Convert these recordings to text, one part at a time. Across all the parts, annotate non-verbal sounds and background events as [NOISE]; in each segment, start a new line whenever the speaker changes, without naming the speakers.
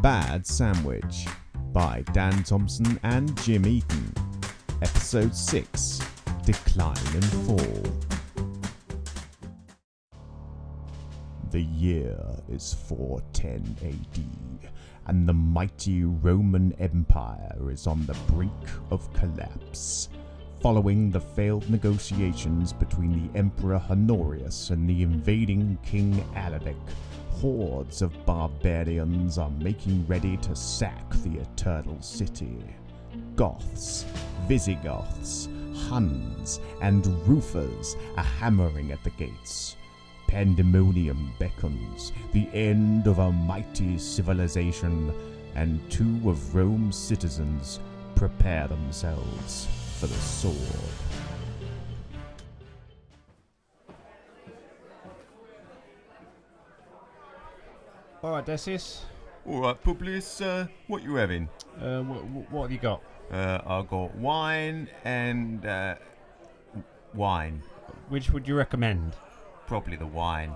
Bad Sandwich by Dan Thompson and Jim Eaton. Episode 6 Decline and Fall. The year is 410 AD, and the mighty Roman Empire is on the brink of collapse. Following the failed negotiations between the Emperor Honorius and the invading King Alaric, hordes of barbarians are making ready to sack the Eternal City. Goths, Visigoths, Huns, and Roofers are hammering at the gates. Pandemonium beckons, the end of a mighty civilization, and two of Rome's citizens prepare themselves for the sword.
All right, Decius.
All right, Publius, uh, what you having?
Uh, wh- wh- what have you got?
Uh, I got wine and uh, wine.
Which would you recommend?
Probably the wine.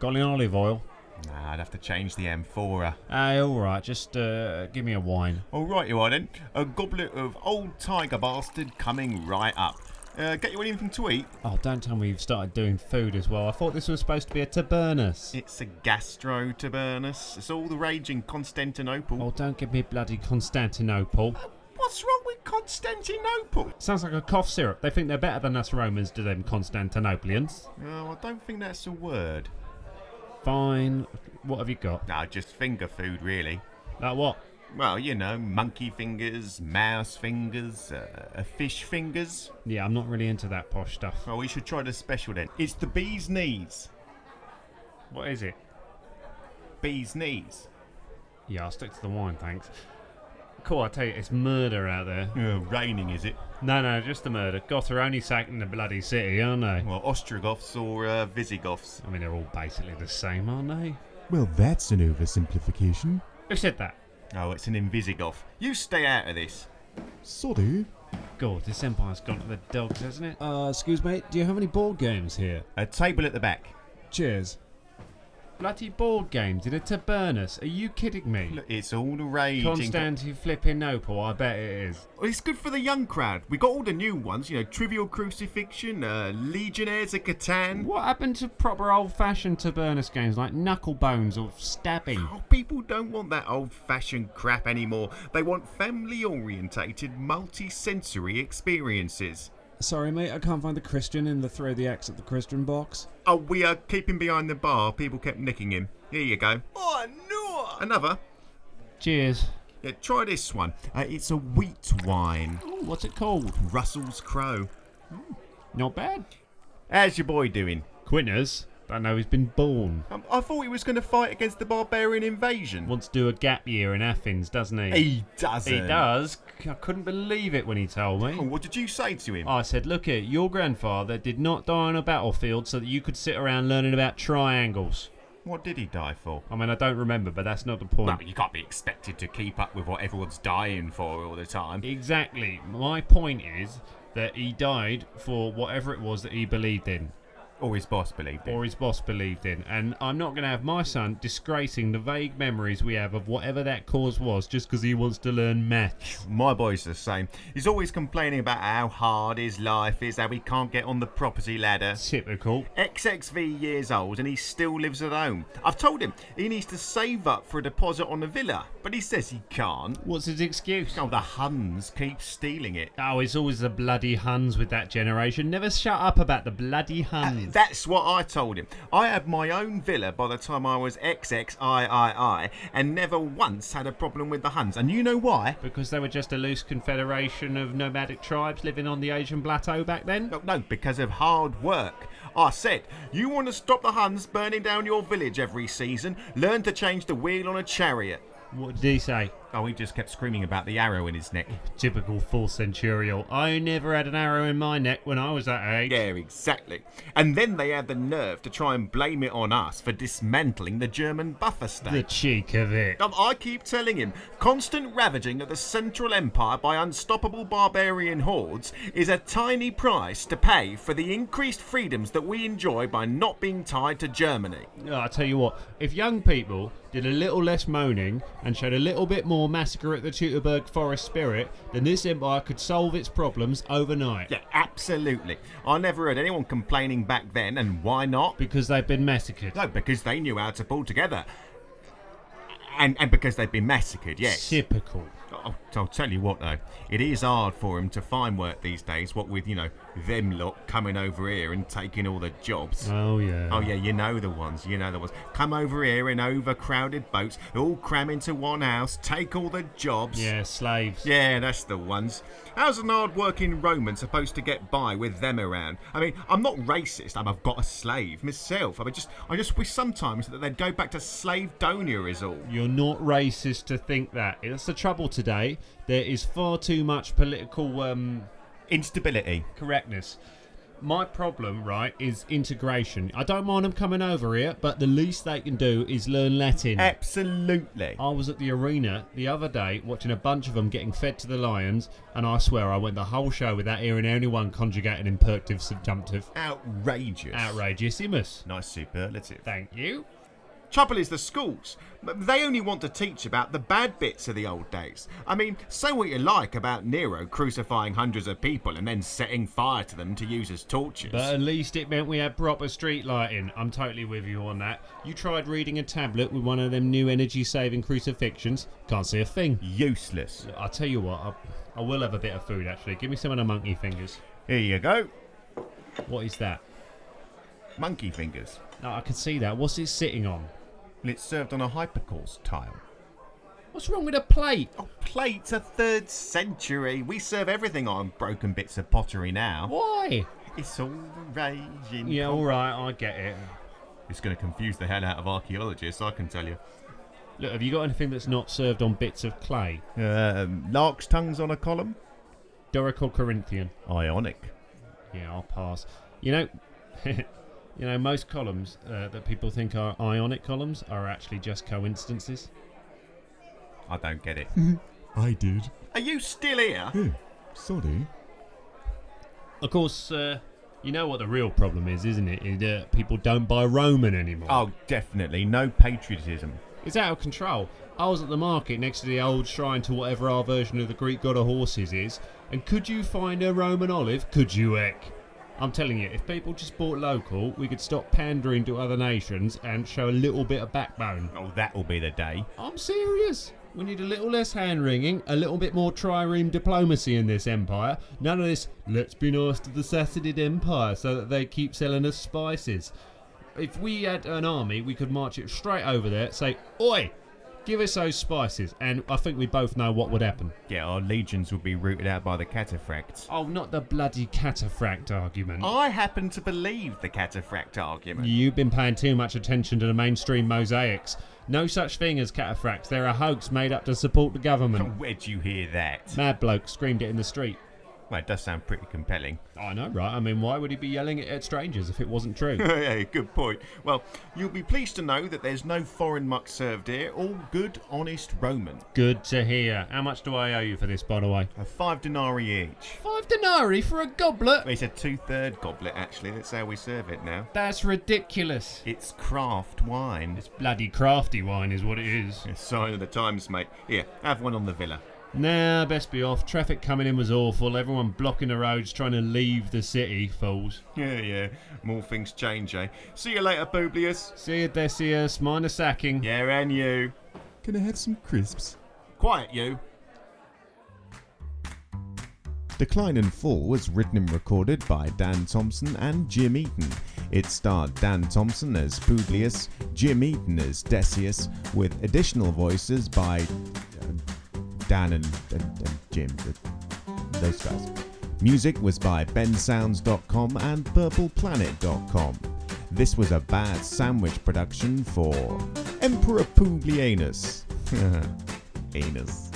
Got any olive oil?
Nah, I'd have to change the amphora.
Aye, all right. Just uh, give me a wine.
All right, you are then. A goblet of old tiger bastard coming right up. Uh, get you anything to eat?
Oh, don't tell me you've started doing food as well. I thought this was supposed to be a tabernus.
It's a gastro tabernus. It's all the rage in Constantinople.
Oh, don't give me bloody Constantinople.
Oh, What's wrong with Constantinople?
Sounds like a cough syrup. They think they're better than us Romans do them Constantinoplians.
Oh, I don't think that's a word.
Fine. What have you got?
No, just finger food, really.
Like what?
Well, you know, monkey fingers, mouse fingers, uh, uh, fish fingers.
Yeah, I'm not really into that posh stuff.
Oh, we should try the special then. It's the bee's knees.
What is it?
Bee's knees.
Yeah, I'll stick to the wine, thanks. Cool, I tell you, it's murder out there.
Uh, raining, is it?
No, no, just the murder. Goths are only sacking the bloody city, aren't they?
Well, Ostrogoths or uh, Visigoths.
I mean, they're all basically the same, aren't they?
Well, that's an oversimplification.
Who said that?
Oh, it's an Invisigoth. You stay out of this.
Sorry.
God, this empire's gone to the dogs, hasn't it?
Uh, excuse me, do you have any board games here?
A table at the back.
Cheers.
Bloody board games in a Tabernus. Are you kidding me?
Look, it's all the rage. in-
Constantine flipping Opal, I bet it is.
Well, It's good for the young crowd. We got all the new ones, you know, Trivial Crucifixion, uh, Legionnaires of Catan.
What happened to proper old fashioned Tabernus games like knuckle bones or stabbing?
Oh, people don't want that old fashioned crap anymore. They want family orientated, multi sensory experiences.
Sorry, mate, I can't find the Christian in the throw the axe at the Christian box.
Oh, we uh, keep him behind the bar. People kept nicking him. Here you go. Oh, no! Another.
Cheers.
Yeah, try this one. Uh, it's a wheat wine.
Ooh, what's it called?
Russell's Crow.
Not bad.
How's your boy doing?
Quinners? Don't know he's been born.
Um, I thought he was going to fight against the barbarian invasion.
Wants to do a gap year in Athens, doesn't he?
He doesn't.
He does. C- I couldn't believe it when he told
Oh,
me.
what did you say to him?
I said, look it, your grandfather did not die on a battlefield so that you could sit around learning about triangles.
What did he die for?
I mean, I don't remember, but that's not the point.
Well, you can't be expected to keep up with what everyone's dying for all the time.
Exactly. My point is that he died for whatever it was that he believed in
Or oh, his boss believed it.
or his boss believed in. And I'm not going to have my son disgracing the vague memories we have of whatever that cause was just because he wants to learn maths.
My boy's the same. He's always complaining about how hard his life is, how he can't get on the property ladder.
Typical.
XXV years old and he still lives at home. I've told him he needs to save up for a deposit on a villa, but he says he can't.
What's his excuse?
Oh, the Huns keep stealing it.
Oh, it's always the bloody Huns with that generation. Never shut up about the
Uh,
bloody Huns.
That's what I told him. I had my own villa by the time I was XXIII and never once had a problem with the Huns. And you know why?
Because they were just a loose confederation of nomadic tribes living on the Asian plateau back then?
No, no, because of hard work. I said, you want to stop the Huns burning down your village every season? Learn to change the wheel on a chariot.
What did he say?
Oh, he just kept screaming about the arrow in his neck.
Typical full centurial. I never had an arrow in my neck when I was that age.
Yeah, exactly. And then they had the nerve to try and blame it on us for dismantling the German buffer state.
The cheek of it.
Um, I keep telling him, constant ravaging of the Central Empire by unstoppable barbarian hordes is a tiny price to pay for the increased freedoms that we enjoy by not being tied to Germany.
No, I tell you what, if young people did a little less moaning and showed a little bit more massacre at the Teutoburg forest spirit, then this empire could solve its problems overnight.
Yeah, absolutely. I never heard anyone complaining back then, and why not?
Because they've been massacred.
No, because they knew how to pull together. And, and because they've been massacred, yes.
Typical.
I'll, Oh, I'll tell you what though, it is hard for him to find work these days. What with you know them lot coming over here and taking all the jobs.
Oh yeah.
Oh yeah, you know the ones. You know the ones. Come over here in overcrowded boats, all cram into one house, take all the jobs.
Yeah, slaves.
Yeah, that's the ones. How's an hard-working Roman supposed to get by with them around? I mean, I'm not racist. I'm, I've got a slave myself. I mean, just I just wish sometimes that they'd go back to slave-donia is all.
You're not racist to think that. That's the trouble today. There is far too much political um,
Instability.
correctness. My problem, right, is integration. I don't mind them coming over here, but the least they can do is learn Latin.
Eh. Absolutely.
I was at the arena the other day watching a bunch of them getting fed to the lions, and I swear I went the whole show without hearing anyone conjugate an imperative subjunctive.
Outrageous.
Outrageousimus.
Nice superlative.
Thank you.
Trouble is the schools. They only want to teach about the bad bits of the old days. I mean, say what you like about Nero crucifying hundreds of people and then setting fire to them to use as torches.
But at least it meant we had proper street lighting. I'm totally with you on that. You tried reading a tablet with one of them new energy saving crucifixions. Can't see a thing.
Useless.
I'll tell you what, I, I will have a bit of food actually. Give me some of the monkey fingers.
Here you go.
What is that?
Monkey fingers.
No, I can see that. What's it sitting on?
And it's served on a hypercourse tile.
What's wrong with a plate?
Oh, plates are third century. We serve everything on broken bits of pottery now.
Why?
It's all the rage in
Yeah, all right, I get it.
It's going to confuse the hell out of archaeologists, I can tell you.
Look, have you got anything that's not served on bits of clay?
Um, lark's tongues on a column?
Doric or Corinthian?
Ionic.
Yeah, I'll pass. You know, [LAUGHS] you know, most columns uh, that people think are ionic columns are actually just coincidences.
I don't get it.
I did.
Are you still here?
Sorry.
Of course, uh, you know what the real problem is, isn't it? Is that people don't buy Roman anymore.
Oh, definitely. No patriotism.
It's out of control. I was at the market next to the old shrine to whatever our version of the Greek god of horses is, and could you find a Roman olive? Could you, Eck? I'm telling you, if people just bought local, we could stop pandering to other nations and show a little bit of backbone.
Oh, that'll be the day.
I'm serious. We need a little less hand wringing, a little bit more trireme diplomacy in this empire. None of this, let's be nice to the Sassanid Empire so that they keep selling us spices. If we had an army, we could march it straight over there, say, Oi, give us those spices. And I think we both know what would happen.
Yeah, our legions will be rooted out by the cataphracts.
Oh, not the bloody cataphract argument.
I happen to believe the cataphract argument.
Oh. You've been paying too much attention to the mainstream mosaics. No such thing as cataphracts. They're a hoax made up to support the government.
Where'd you hear that?
Mad bloke screamed it in the street.
Well, it does sound pretty [LAUGHS] compelling.
I know, right? I mean, why would he be yelling it at strangers if it wasn't true? [LAUGHS]
yeah, good point. Well, you'll be pleased to know that there's no foreign muck served here, all good, honest Roman.
Good to hear. How much do I owe you for this, by the way?
A five denarii each.
Five denarii for a goblet?
It's a two third goblet, actually. That's how we serve it now.
That's ridiculous.
It's craft wine.
It's bloody crafty wine, is what it is.
[LAUGHS] It's a sign of the times, mate. Here, have one on the villa.
Nah, best be off. Traffic coming in was awful. Everyone blocking the roads, trying to leave the city, fools.
Yeah, yeah. More things change, eh? See you later, Publius.
See you, Decius. Minor sacking.
Yeah, and you.
Can I have some crisps?
Quiet, you.
Decline and Fall was written and recorded by Dan Thompson and Jim Eaton. It starred Dan Thompson as Publius, Jim Eaton as Decius, with additional voices by uh, Dan and, and, and Jim. th- Those guys. Music was by bensounds.com and purpleplanet.com. This was a [LAUGHS] bad sandwich production for Emperor Publianus.
Anus.